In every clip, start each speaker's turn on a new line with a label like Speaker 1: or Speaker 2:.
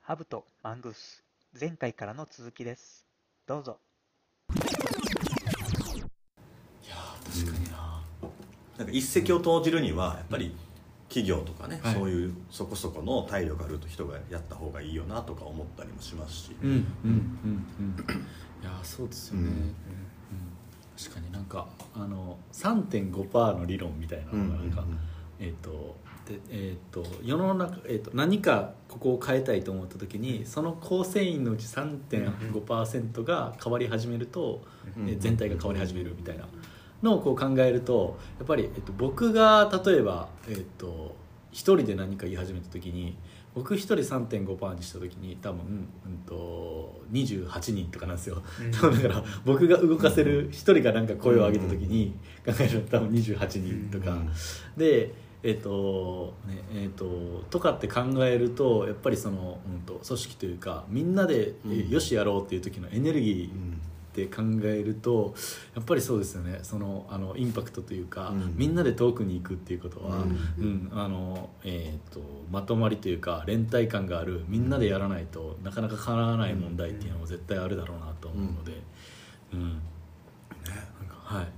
Speaker 1: ハブとマングース前回からの続きですどうぞ
Speaker 2: いやー確かにな,、なんか一石を投じるにはやっぱり企業とかね、
Speaker 3: はい
Speaker 2: そういうそこそこの体力ある人がやった方がいいよなとか思ったりもしますし、
Speaker 3: うんうんうんうんいやーそうですよね、
Speaker 2: うん
Speaker 3: うん確かになんかあの3.5%の理論みたいなのがなんか、えっ、とでえっ、と世の中、えー、と何かここを変えたいと思った時にその構成員のうち3.5%が変わり始めると、えー全体が変わり始めるみたいなのをこう考えるとやっぱり、えっと僕が例えば、えっと一人で何か言い始めた時に僕一人3.5%にした時に多分、うん、と28人とかなんですよ、多分だから僕が動かせる一人がなんか声を上げた時に考えると多分28人とか、
Speaker 2: うん
Speaker 3: でえっ、とねえっ、ととかって考えるとやっぱりその、うん、と組織というかみんなで、え
Speaker 2: うん
Speaker 3: よしやろうっていう時のエネルギー、
Speaker 2: うん
Speaker 3: って考えるとやっぱりそうですよねそのあのインパクトというか、
Speaker 2: うん
Speaker 3: みんなで遠くに行くっていうことは、
Speaker 2: うん
Speaker 3: うんあのえー、とまとまりというか連帯感があるみんなでやらないとなかなか叶わない問題っていうのも絶対あるだろうなと思うので、うん
Speaker 2: ね
Speaker 3: なんかは
Speaker 2: い
Speaker 3: い、
Speaker 2: や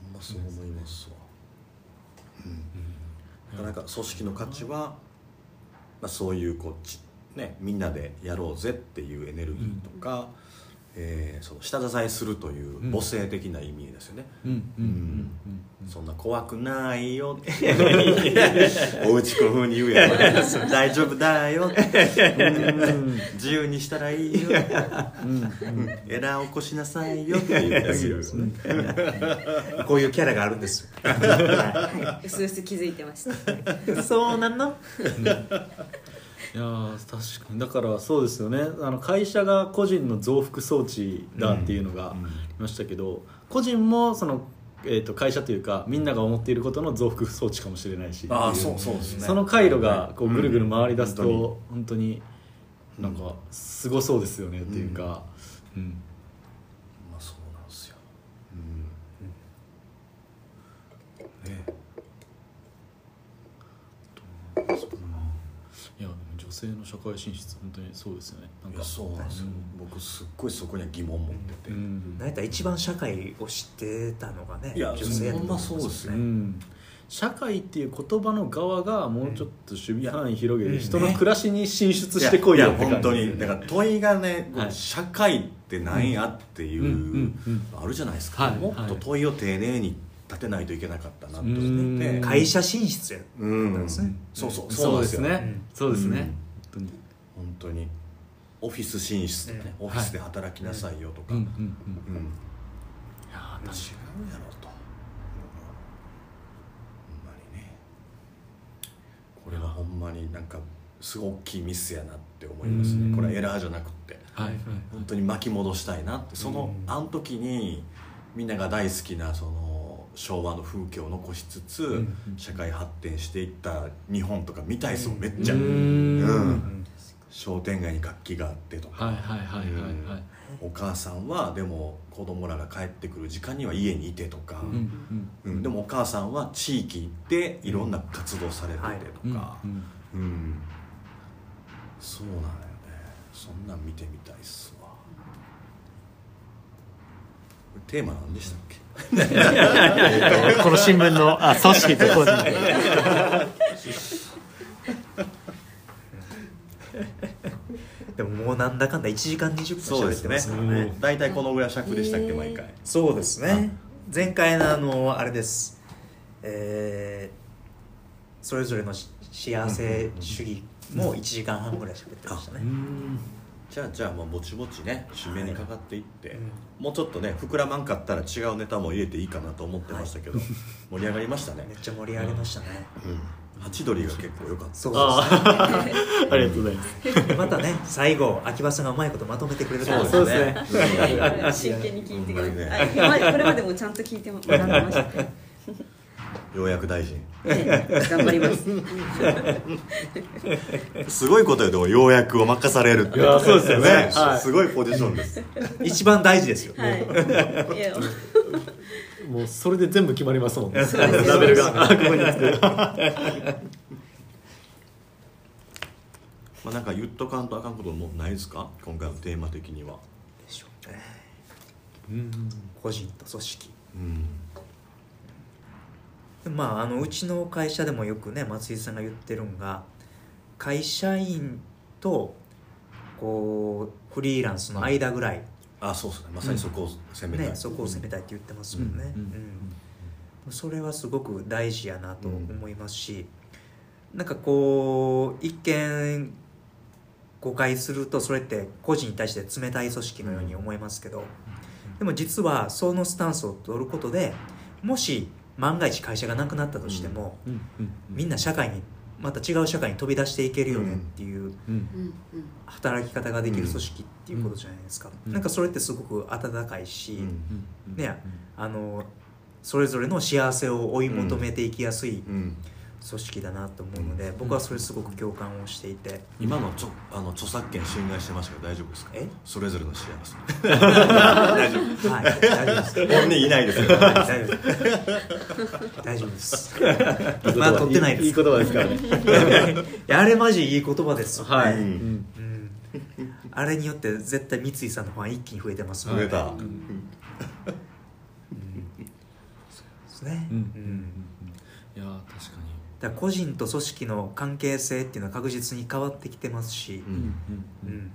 Speaker 2: ほんまそう思いますわ、うん、だからなんか組織の価値は、まあ、そういうこうち、ね、みんなでやろうぜっていうエネルギーとか、えーその下支えするという母性的な意味ですよね、
Speaker 3: うんうんうんうん
Speaker 2: そんな怖くないよ おうちこういうふうに言うやろ 大丈夫だよ
Speaker 3: うん
Speaker 2: 自由にしたらいいよエラー起こしなさいよっていうだけですねこういうキャラがあるんです
Speaker 4: うすうす気づいてました
Speaker 2: そうなの
Speaker 3: いやー確かにだからそうですよねあの会社が個人の増幅装置だっていうのがあ
Speaker 2: うんうん
Speaker 3: りましたけど、個人もその、えー、と会社というかみんなが思っていることの増幅装置かもしれないし
Speaker 2: ああ
Speaker 3: ってい
Speaker 2: そうそうですね
Speaker 3: その回路がこうぐるぐる回り出すと、
Speaker 2: うん
Speaker 3: 本当になんかすごそうですよねっていうか、うん
Speaker 2: まあそうなんですようんね
Speaker 3: いやでも女性の社会進出本当にそうですよねなん
Speaker 2: い
Speaker 3: か
Speaker 2: やそうなんですよ僕すっごいそこには疑問持ってて、
Speaker 3: うん
Speaker 5: なんやったら一番社会を知ってたのがね
Speaker 2: いや
Speaker 5: 女性やった
Speaker 2: ほんまそうです
Speaker 3: う
Speaker 2: よ
Speaker 3: ん、社会っていう言葉の側がもうちょっと守備範囲広げ
Speaker 5: う
Speaker 3: て
Speaker 5: ん
Speaker 3: 人の暮らしに進出してこいよ
Speaker 2: や
Speaker 3: っ
Speaker 2: や
Speaker 3: て
Speaker 2: 本
Speaker 3: 感じ
Speaker 2: 当にだから問いがね、
Speaker 3: はい
Speaker 2: 社会って何やっていう、
Speaker 3: うんうんうん
Speaker 2: あるじゃないですか、
Speaker 3: はい
Speaker 2: もっと問いを丁寧に立てないといけなかったなと思
Speaker 3: うん
Speaker 2: って
Speaker 5: 会社進出や
Speaker 2: うん
Speaker 5: ですね
Speaker 2: そうそう
Speaker 3: そうです
Speaker 2: なんよ
Speaker 3: ねそうですね、本
Speaker 2: 本当にオフィス進出とかね、
Speaker 3: ん
Speaker 2: オフィスで働きなさいよとか、
Speaker 3: 当に、うん
Speaker 2: うん違う
Speaker 3: いや
Speaker 2: や
Speaker 3: ー確か
Speaker 2: ろと、うんほんまにねこれはほんまになんかすごい大きいミスやなって思います
Speaker 3: うん
Speaker 2: ねこれはエラーじゃなくって
Speaker 3: はいはい
Speaker 2: 本当に巻き戻したいなってその、
Speaker 5: うん
Speaker 2: あの時にみんなが大好きなその昭和の風景を残しつつ、
Speaker 3: ん
Speaker 2: 社会発展していった日本とか見たいですもんめっちゃ、
Speaker 3: うーん
Speaker 2: うん商店街に活気があってとか、
Speaker 3: はいはいはいはいはい
Speaker 2: お母さんはでも子供らが帰ってくる時間には家にいてとか、
Speaker 3: うんうん
Speaker 2: うんでもお母さんは地域行っていろんな活動されてて
Speaker 3: う
Speaker 2: と
Speaker 3: ん
Speaker 2: か、
Speaker 3: うん
Speaker 2: うんそうなんよねそんなん見てみたいっすわテーマ何でしたっけ
Speaker 6: この新聞のあ組織と個人
Speaker 5: でももうなんだかんだ1時間20分喋ってますからね
Speaker 2: 大体このぐらい尺でしたっけ毎回
Speaker 5: そうですね前回のあのあれですえーそれぞれのし幸せ主義も1時間半ぐらい喋ってましたね
Speaker 2: じゃあじゃあもうぼちぼちね締めにかかっていって、もうちょっとね膨らまんかったら違うネタも入れていいかなと思ってましたけど、盛り上がりましたね
Speaker 5: めっちゃ盛り上げましたね
Speaker 2: ハチドリが結構良かった
Speaker 5: そう
Speaker 3: あ
Speaker 5: で
Speaker 3: ーありがとうございます
Speaker 5: すねまたね最後秋葉さんがうまいことまとめてくれてた
Speaker 2: そ
Speaker 5: ん
Speaker 2: う
Speaker 5: で
Speaker 2: ですす
Speaker 5: ね
Speaker 2: ね
Speaker 4: 真剣に聞いてく
Speaker 2: ほんま
Speaker 4: れ
Speaker 2: に
Speaker 4: て、
Speaker 2: ね
Speaker 4: あ今までこれまでもちゃんと聞いても学んでました、ね、
Speaker 2: うんようやく大臣
Speaker 4: 頑張ります
Speaker 2: すごいことよでもようやくを任されるって
Speaker 3: いやそうですよねはい
Speaker 2: すごいポジションです
Speaker 5: 一番大事ですよ
Speaker 4: はいいや
Speaker 3: もうそれで全部決まりますもんね
Speaker 4: うですよ
Speaker 3: ラベルがあここにつく
Speaker 2: まあ、なんか言っとかんとあかんこともないですか今回のテーマ的には
Speaker 5: でしょうね
Speaker 3: うん
Speaker 5: 個人と組織
Speaker 2: うん
Speaker 5: でまああのうちの会社でもよくね松井さんが言ってるんが会社員とこうフリーランスの間ぐらい、
Speaker 2: あそうですねまさにそこを攻めたい、
Speaker 5: ね、そこを攻めたいって言ってますもんね、
Speaker 3: うん
Speaker 5: うんそれはすごく大事やなと思いますし、なんかこう一見誤解するとそれって個人に対して冷たい組織のように思いますけど、でも実はそのスタンスを取ることでもし万が一会社がなくなったとしても、
Speaker 3: うんうん
Speaker 5: みんな社会にまた違う社会に飛び出していけるよねっていう
Speaker 3: うん
Speaker 4: うんうん
Speaker 5: 働き方ができる組織っていうことじゃないですか、
Speaker 3: うん
Speaker 5: なんかそれってすごく温かいし、
Speaker 2: うん
Speaker 3: うんうん
Speaker 5: ねあのそれぞれの幸せを追い求めていきやすい
Speaker 2: うん
Speaker 5: 組織だなと思うので、僕はそれすごく共感をしていて、
Speaker 2: 今のちょあの著作権侵害してましたけど大丈夫ですか
Speaker 5: え
Speaker 2: それぞれの幸せ
Speaker 5: 大丈夫はい大丈夫です
Speaker 2: 本人いないですよ
Speaker 5: 大丈夫です大丈夫ですまあ取ってないです
Speaker 3: いい言葉ですからね
Speaker 5: いやあれマジいい言葉ですよね、
Speaker 3: はい、
Speaker 2: うん
Speaker 3: うん
Speaker 5: うんあれによって絶対三井さんのファン一気に増えてますもん
Speaker 2: 増えた、
Speaker 5: うんですね、
Speaker 3: うん
Speaker 5: うん
Speaker 3: いやー確か
Speaker 5: だから個人と組織の関係性っていうのは確実に変わってきてますし、
Speaker 2: う
Speaker 3: に、
Speaker 2: ん
Speaker 5: うん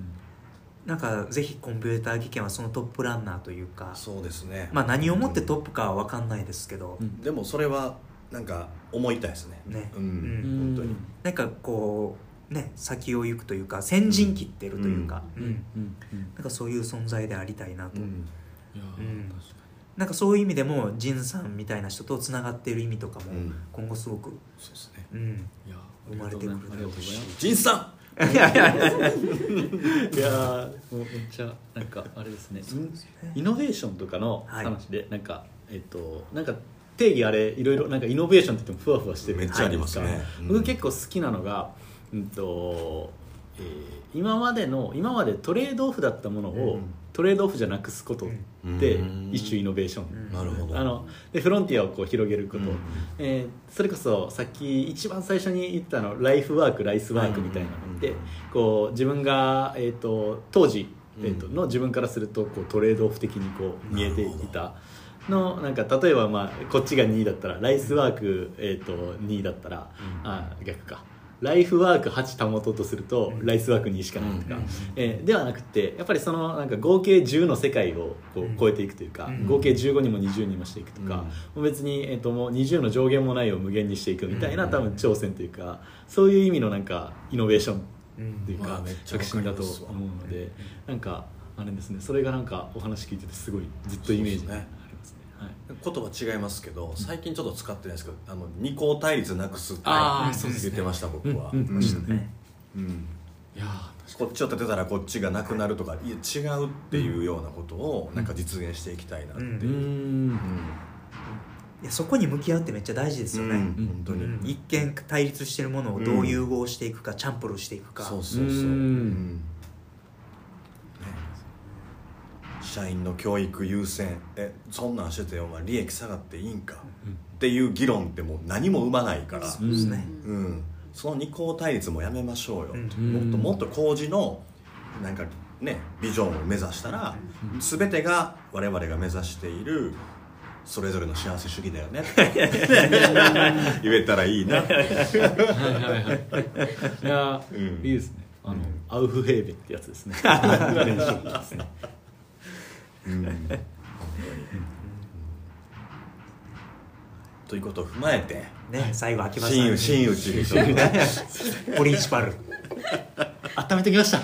Speaker 5: なんかぜひコンピューター技研はそのトップランナーというか、
Speaker 2: そうですね
Speaker 5: まあ、何をもってトップかは分かんないですけど、
Speaker 3: うん
Speaker 2: でもそれはなんか思いたいですね
Speaker 5: ね
Speaker 2: う
Speaker 5: うん
Speaker 2: ん、本当に
Speaker 5: なんかこうね先を行くというか先陣切ってるというか、
Speaker 2: うん
Speaker 5: うん
Speaker 3: うんうん
Speaker 5: なんかそういう存在でありたいなと、
Speaker 2: うん
Speaker 3: いやー
Speaker 5: うん
Speaker 3: 確か
Speaker 5: なんかそういう意味でもジンさんみたいな人とつながっている意味とかも
Speaker 2: うん
Speaker 5: 今後すごく、
Speaker 2: そうですね
Speaker 5: うん、
Speaker 3: にいやー
Speaker 5: 生まれてくる
Speaker 3: ありがとうございます
Speaker 2: 仁さ
Speaker 3: いやーもうめっちゃなんかあれですねインイノベーションとかの話で、なんかえっとなんか定義あれいろいろなんかイノベーションって言ってもふわふわして
Speaker 2: ん
Speaker 3: る
Speaker 2: めっちゃありますね、
Speaker 3: はい僕結構好きなのが、うんとえー今までの今までトレードオフだったものを、
Speaker 2: うん
Speaker 3: トレードオフじゃなくすことって
Speaker 2: うん
Speaker 3: 一種イノベーション、
Speaker 5: うん
Speaker 2: なるほど
Speaker 3: あのでフロンティアをこう広げるこ
Speaker 2: う
Speaker 3: と、
Speaker 2: ん
Speaker 3: えーそれこそさっき一番最初に言ったのライフワークライスワークみたいなのって、
Speaker 2: うん
Speaker 3: こう自分が、えー、と当時、えー、と
Speaker 2: うん
Speaker 3: の自分からするとこうトレードオフ的にこう見えていた。のなんか例えば、まあ、こっちが2だったらライスワーク、えー、と2だったら、あ逆かライフワーク8保とうとすると、ライスワーク2しかないとか、
Speaker 2: うん
Speaker 3: えーではなくてやっぱりそのなんか合計10の世界をこう
Speaker 5: うん
Speaker 3: 超えていくというか、
Speaker 5: うん
Speaker 3: 合計15にも20にもしていくとか、
Speaker 2: うん
Speaker 3: もう別に、えー、ともう20の上限もないを無限にしていくみたいな、
Speaker 5: うん
Speaker 3: 多分挑戦というかそういう意味のなんかイノベーション
Speaker 5: うん
Speaker 3: という
Speaker 2: まあ
Speaker 3: か
Speaker 2: めっちゃわ
Speaker 3: 革
Speaker 2: かり
Speaker 3: 新だと
Speaker 2: ますわ
Speaker 3: 思うので、なんかあれですねそれがなんかお話聞いててすごいずっとイメージ
Speaker 2: そう
Speaker 3: が
Speaker 2: で
Speaker 3: あ
Speaker 2: す
Speaker 3: り
Speaker 2: ね
Speaker 3: ますね。はい
Speaker 2: 言葉違いますけど最近ちょっと使ってないですけどあの二項対立なくすって
Speaker 3: あ
Speaker 5: ーそうです
Speaker 2: 言
Speaker 5: ね
Speaker 2: ってました僕は
Speaker 3: うんうん
Speaker 2: うん
Speaker 5: ね
Speaker 2: うん
Speaker 3: いやー
Speaker 2: こっちを立てたらこっちがなくなるとかいや違うっていうようなことをなんか実現していきたいなっていう
Speaker 5: う
Speaker 3: うー
Speaker 2: うん
Speaker 3: ん
Speaker 5: いやそこに向き合うってめっちゃ大事ですよね、
Speaker 2: うん本当に
Speaker 5: うん一見対立してるものをどう融合していくか、チャンプルしていくか
Speaker 2: そうそうそう
Speaker 3: うーん
Speaker 2: うんね社員の教育優先えそんなんしててお前利益下がっていいんかっていう議論ってもう何も生まないから
Speaker 5: そうですね、
Speaker 2: うん、その二項対立もやめましょうよ、
Speaker 5: うん
Speaker 2: もっともっと工事のなんかねビジョンを目指したら、全てが我々が目指しているそれぞれの幸せ主義だよね言えたらいいな
Speaker 3: はいはいはい。いやー、
Speaker 2: うん
Speaker 3: いいですね。あの、
Speaker 2: うん
Speaker 3: アウフヘーベってやつです ね。練習機ですね。
Speaker 2: うん本当にということを踏まえて
Speaker 5: ね最後秋葉さん
Speaker 2: 真打真打ちでしょう
Speaker 5: ポリンシパル
Speaker 3: 温めてきました。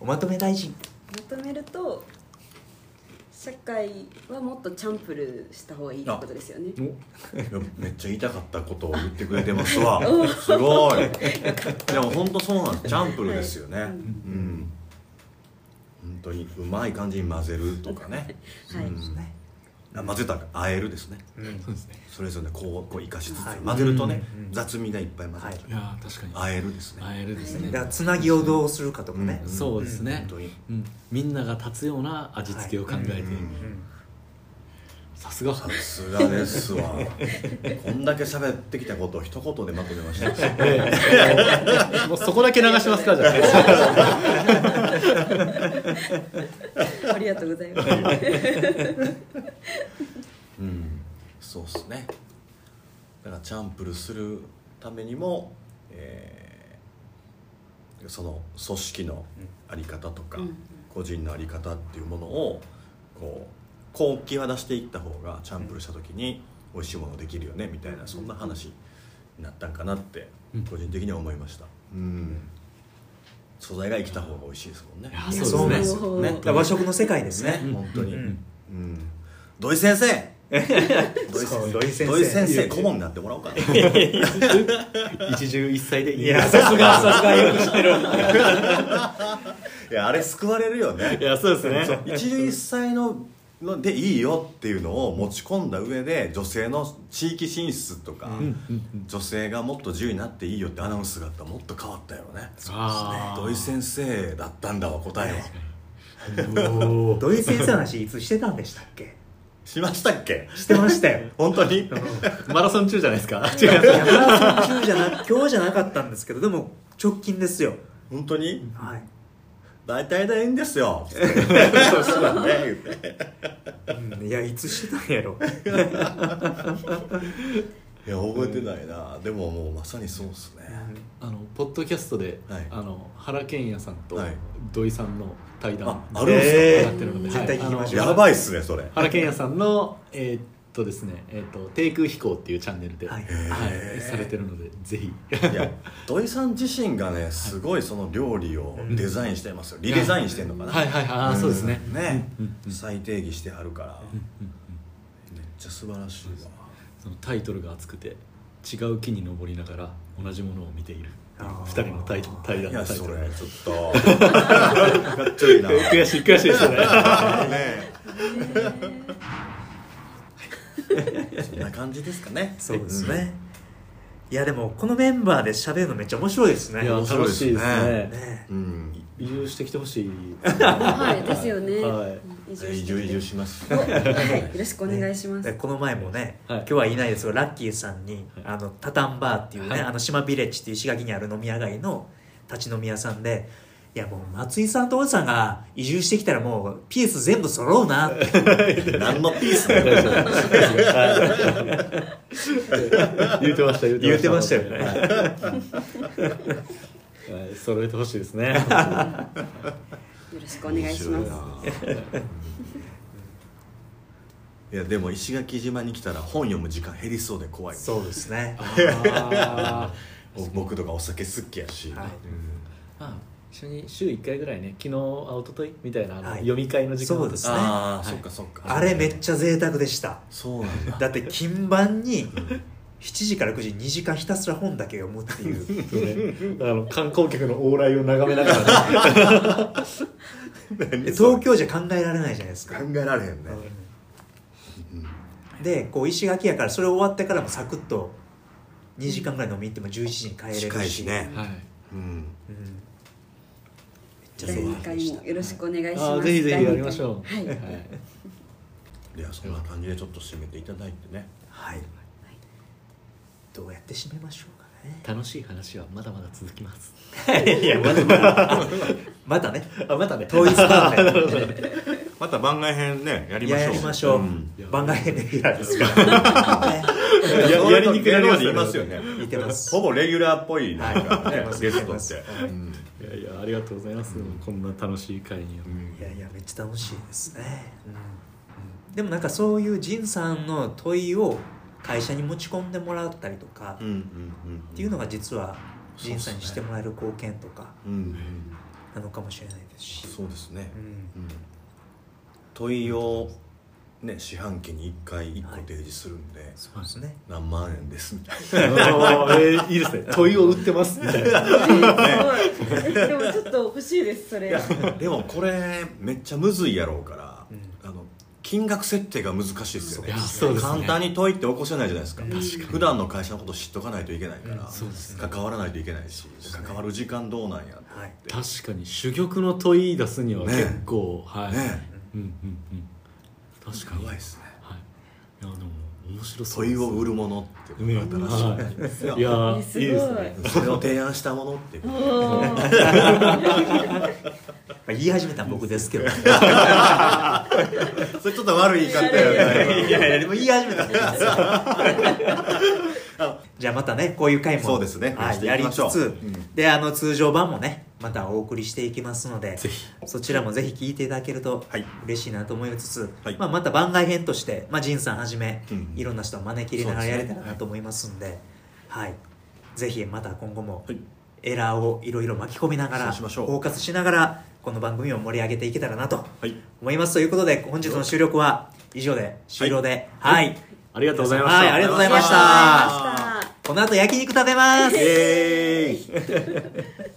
Speaker 5: おまとめ大臣
Speaker 4: まとめると社会はもっとチャンプルした方がいいってことですよね
Speaker 2: めっちゃ言いたかったことを言ってくれてますわすごいでも本当そうなんですチャンプルですよね、うん本当にうまい感じに混ぜるとかね、
Speaker 4: はい
Speaker 2: うんあ混ぜたらあえるですね
Speaker 5: うん
Speaker 3: そうですね。
Speaker 2: それぞれこうこう生かしつつ、
Speaker 5: はい
Speaker 2: 混ぜるとね、
Speaker 5: うん
Speaker 2: 雑味がいっぱい混ざっちゃ
Speaker 3: いやー、確
Speaker 2: う
Speaker 3: か
Speaker 2: あえるですね
Speaker 3: に。会えるです
Speaker 5: だから
Speaker 3: ね。
Speaker 5: つなぎをどうするかとかね、
Speaker 2: うん
Speaker 3: そうですね
Speaker 2: 本。当に
Speaker 3: うん、みんなが立つような味付けを考えて、
Speaker 2: はいうん
Speaker 5: うん
Speaker 3: さすが
Speaker 2: さすがですわこんだけ喋ってきたことを一言でまとめました
Speaker 3: ええもうそこだけ流しますかじゃあ
Speaker 4: ありがとうございます。
Speaker 2: うんそうっすねだからチャンプルするためにも、えーその組織のあり方とか、
Speaker 4: うん
Speaker 2: 個人のあり方っていうものをこうこう際出していった方がチャンプルした時に美味しいものできるよねみたいなそんな話になったんかなって
Speaker 3: うん
Speaker 2: 個人的には思いました、うん、素材が生きた方が美味しいですもんね
Speaker 3: いやそうですね
Speaker 4: そう
Speaker 2: ね
Speaker 5: 和食の世界ですね
Speaker 2: ね本当に、
Speaker 5: う
Speaker 2: うんん土井先 生土井
Speaker 5: そう
Speaker 2: 先
Speaker 5: 土井
Speaker 2: 生
Speaker 5: 先生
Speaker 2: 土井先生顧問になってもらおうかな
Speaker 3: 一汁一菜でいい
Speaker 5: いやさすがさすがよく知ってる
Speaker 2: いやあれ救われるよね
Speaker 3: いやそうですね
Speaker 2: そう一汁一菜ののでいいよっていうのを持ち込んだ上で女性の地域進出とか、女性がもっと自由になっていいよってアナウンスがあったらもっと変わったよね
Speaker 3: あ
Speaker 2: 土井先生だったんだわ答えは
Speaker 3: ー
Speaker 5: 土井先生の話いつしてたんでしたっけ
Speaker 2: しましたっけ
Speaker 5: してましたよ
Speaker 2: 本当に
Speaker 3: マラソン中じゃないですか違う
Speaker 5: いやマラソン中じゃな今日じゃなかったんですけどでも直近ですよ
Speaker 2: 本当に
Speaker 5: はい
Speaker 2: 大体でいいんです よそうそうだね言って
Speaker 5: うんいやいつしてたんやろ
Speaker 2: いや覚えてないな、でももうまさにそうっすね、
Speaker 3: あのポッドキャストで、
Speaker 2: はい
Speaker 3: あの原健也さんと
Speaker 2: はい
Speaker 3: 土井さんの対談
Speaker 2: ああるんすか
Speaker 3: 上
Speaker 5: え
Speaker 3: がってるので
Speaker 5: 絶対聞きましょう
Speaker 2: やばいっすね それ
Speaker 3: 原健也さんのえーっとですねえーっと低空飛行っていうチャンネルで、は
Speaker 5: はいい
Speaker 3: されてるのでぜひ
Speaker 2: いや土井さん自身がねすごいその料理をデザインしてますよ、リデザインしてんのかな、
Speaker 3: はいはいはいあーそうですね、
Speaker 2: ね、
Speaker 3: うんうん
Speaker 2: 再定義してあるから、めっちゃ素晴らしいわ
Speaker 3: そのタイトルが熱くて違う木に登りながら同じものを見ている
Speaker 5: あー
Speaker 3: 二人の対対談
Speaker 2: い
Speaker 3: の
Speaker 2: や
Speaker 3: タイト
Speaker 2: そ
Speaker 3: ル
Speaker 2: れちょっとかっちょいいな
Speaker 3: 悔しい悔しいです よね
Speaker 2: ねそんな感じですかね
Speaker 5: そうですね、いやでもこのメンバーで喋るのめっちゃ面白いですね
Speaker 3: いや
Speaker 5: ね
Speaker 3: 楽しいですね
Speaker 5: え
Speaker 2: うん
Speaker 3: 移住してきてほしい
Speaker 4: はい、ですよね。
Speaker 3: はい
Speaker 4: 移住
Speaker 2: 移
Speaker 4: して
Speaker 2: 住
Speaker 4: ね
Speaker 2: 移住します
Speaker 4: おはい、よろしくお願いします。
Speaker 5: でこの前もね、
Speaker 3: はい
Speaker 5: 今日はいないですがラッキーさんに、
Speaker 3: はい
Speaker 5: あのタタンバーっていうね、
Speaker 3: はい
Speaker 5: あの島ビレッジっていう石垣にある飲み屋街の立ち飲み屋さんでいやもう松井さんとおじさんが移住してきたらもうピース全部揃うなって
Speaker 2: 何のピースだよ
Speaker 3: 言ってました言
Speaker 5: 言ってましたよ
Speaker 3: は
Speaker 5: ね
Speaker 3: いはい揃えてほしいですね
Speaker 4: よろしくお願いし
Speaker 2: 面
Speaker 4: ます。
Speaker 2: 白いな いやでも石垣島に来たら本読む時間減りそうで怖い
Speaker 5: そうですね
Speaker 3: あー
Speaker 2: お僕とかお酒好きやし、
Speaker 5: はい
Speaker 3: まあ一緒に週1回ぐらいね昨日あ一昨日みたいなあの、
Speaker 5: はい
Speaker 3: 読み会の時間
Speaker 5: そうですね
Speaker 2: ああ、
Speaker 3: はい
Speaker 2: そっかそっか
Speaker 5: あれめっちゃ贅沢でした
Speaker 2: そうなんだ
Speaker 5: だって金盤に7時から9時2時間ひたすら本だけ読むってい う
Speaker 3: あの観光客の往来を眺めながら、ね、
Speaker 5: 東京じゃ考えられないじゃないです
Speaker 2: 考
Speaker 5: か
Speaker 2: えられへんね、
Speaker 5: でこう石垣やからそれ終わってからもサクッと2時間ぐらい飲み行っても11時に帰れるし
Speaker 2: 近いしね
Speaker 3: はい
Speaker 2: うん、
Speaker 5: うんめっちゃ
Speaker 4: 第
Speaker 5: 贅
Speaker 4: 二
Speaker 5: 沢
Speaker 4: 回
Speaker 5: でした
Speaker 4: もよろしくお願いし
Speaker 3: あ
Speaker 4: ま
Speaker 3: ー
Speaker 4: す。
Speaker 3: ぜひぜひやりましょう
Speaker 4: 第二回はい。
Speaker 3: はい
Speaker 2: いやそんな感じでちょっと締めていただいてね
Speaker 5: はいどうやって締めましょうかね
Speaker 3: 楽しい話はまだまだ続きます
Speaker 5: い やまだまだまだね
Speaker 3: あまたね
Speaker 5: 統一 関連
Speaker 2: また番外編ねや
Speaker 5: やりましょう、
Speaker 2: ん
Speaker 5: 番外編レギュ ラーですから、ね、
Speaker 2: いや
Speaker 3: ややりにくくなります
Speaker 2: 芸能人
Speaker 3: よね
Speaker 2: いますよね
Speaker 5: いてます
Speaker 2: ほぼレギュラーっぽいなんか
Speaker 5: い
Speaker 2: ね
Speaker 5: てます
Speaker 2: ゲスト
Speaker 5: いてま
Speaker 2: っ
Speaker 5: す
Speaker 2: て、
Speaker 5: はい
Speaker 2: うん
Speaker 3: いやいやありがとうございます、こんな楽しい会に
Speaker 2: うん
Speaker 5: いやいやめっちゃ楽しいですね、うんでもなんかそういう仁さんの問いを会社に持ち込んでもらったりとか、
Speaker 2: うんうん
Speaker 5: っていうのが実は仁さんに
Speaker 2: そうっすね
Speaker 5: してもらえる貢献とか
Speaker 2: うんうん
Speaker 5: なのかもしれないですし、
Speaker 2: そうですね、
Speaker 5: うん
Speaker 2: うん問いをね四半期に1回1個提示するんで、
Speaker 5: そうですね
Speaker 2: 何万円ですみたいな
Speaker 3: えーいいですね問いを売ってますみたい な
Speaker 4: すごい。でもちょっと欲しいですそれ。
Speaker 2: でもこれめっちゃむずいやろうから、
Speaker 5: う
Speaker 2: あの金額設定が難しいですよね
Speaker 3: いやそうですね
Speaker 2: 簡単に問いって起こせないじゃないですか
Speaker 4: 確かに
Speaker 2: 普段の会社のこと知っとかないといけないから、
Speaker 3: そうです
Speaker 2: 関わらないといけないし、関わる時間どうなんやって、
Speaker 5: はい
Speaker 3: 確かに珠玉の問い出すには結構、はい、
Speaker 2: ね
Speaker 3: うんうんうん確かに
Speaker 2: やばいっすね
Speaker 3: はいいやでも面白そう
Speaker 2: 問い
Speaker 3: です
Speaker 2: を売るものってこと
Speaker 3: うん
Speaker 2: だったら
Speaker 3: いや
Speaker 4: え
Speaker 3: ー
Speaker 4: す
Speaker 3: い
Speaker 4: ごい
Speaker 3: いですね
Speaker 2: それを提案したものっていう
Speaker 4: お
Speaker 2: こ
Speaker 4: ー
Speaker 5: 言い始めたの僕ですけどい
Speaker 2: とそれちょっと悪 い言い方やね
Speaker 5: やいやでも言い始めた僕ですよじ ゃあまたねこういう回も
Speaker 2: そうですね
Speaker 5: はい、
Speaker 2: してい
Speaker 5: や
Speaker 2: き
Speaker 5: り
Speaker 2: ま
Speaker 5: つ
Speaker 2: しょう
Speaker 5: つ、
Speaker 2: うん
Speaker 5: であの通常版もねまたお送りしていきますので
Speaker 3: ぜひ
Speaker 5: そちらもぜひ聞いていただけると
Speaker 2: はい
Speaker 5: 嬉しいなと思いつつ、
Speaker 2: はい
Speaker 5: まあ、また番外編として、まあ、ジンさんはじめ、
Speaker 2: うん
Speaker 5: いろんな人を招き入れながら
Speaker 2: そう
Speaker 5: や
Speaker 2: で
Speaker 5: れ
Speaker 2: すね
Speaker 5: たらなと思いますんではい、ぜひまた今後も
Speaker 2: はい
Speaker 5: エラーをいろいろ巻き込みながら
Speaker 2: そうしましょう
Speaker 5: 包括しながらこの番組を盛り上げていけたらなと
Speaker 2: はい
Speaker 5: 思いますということで本日の収録は以上で終了ではい、
Speaker 3: ありがとうございました、
Speaker 5: はいありがとうございまし
Speaker 4: ありがとうござい
Speaker 5: た
Speaker 4: ました
Speaker 5: この後焼肉食べます
Speaker 2: イエーイ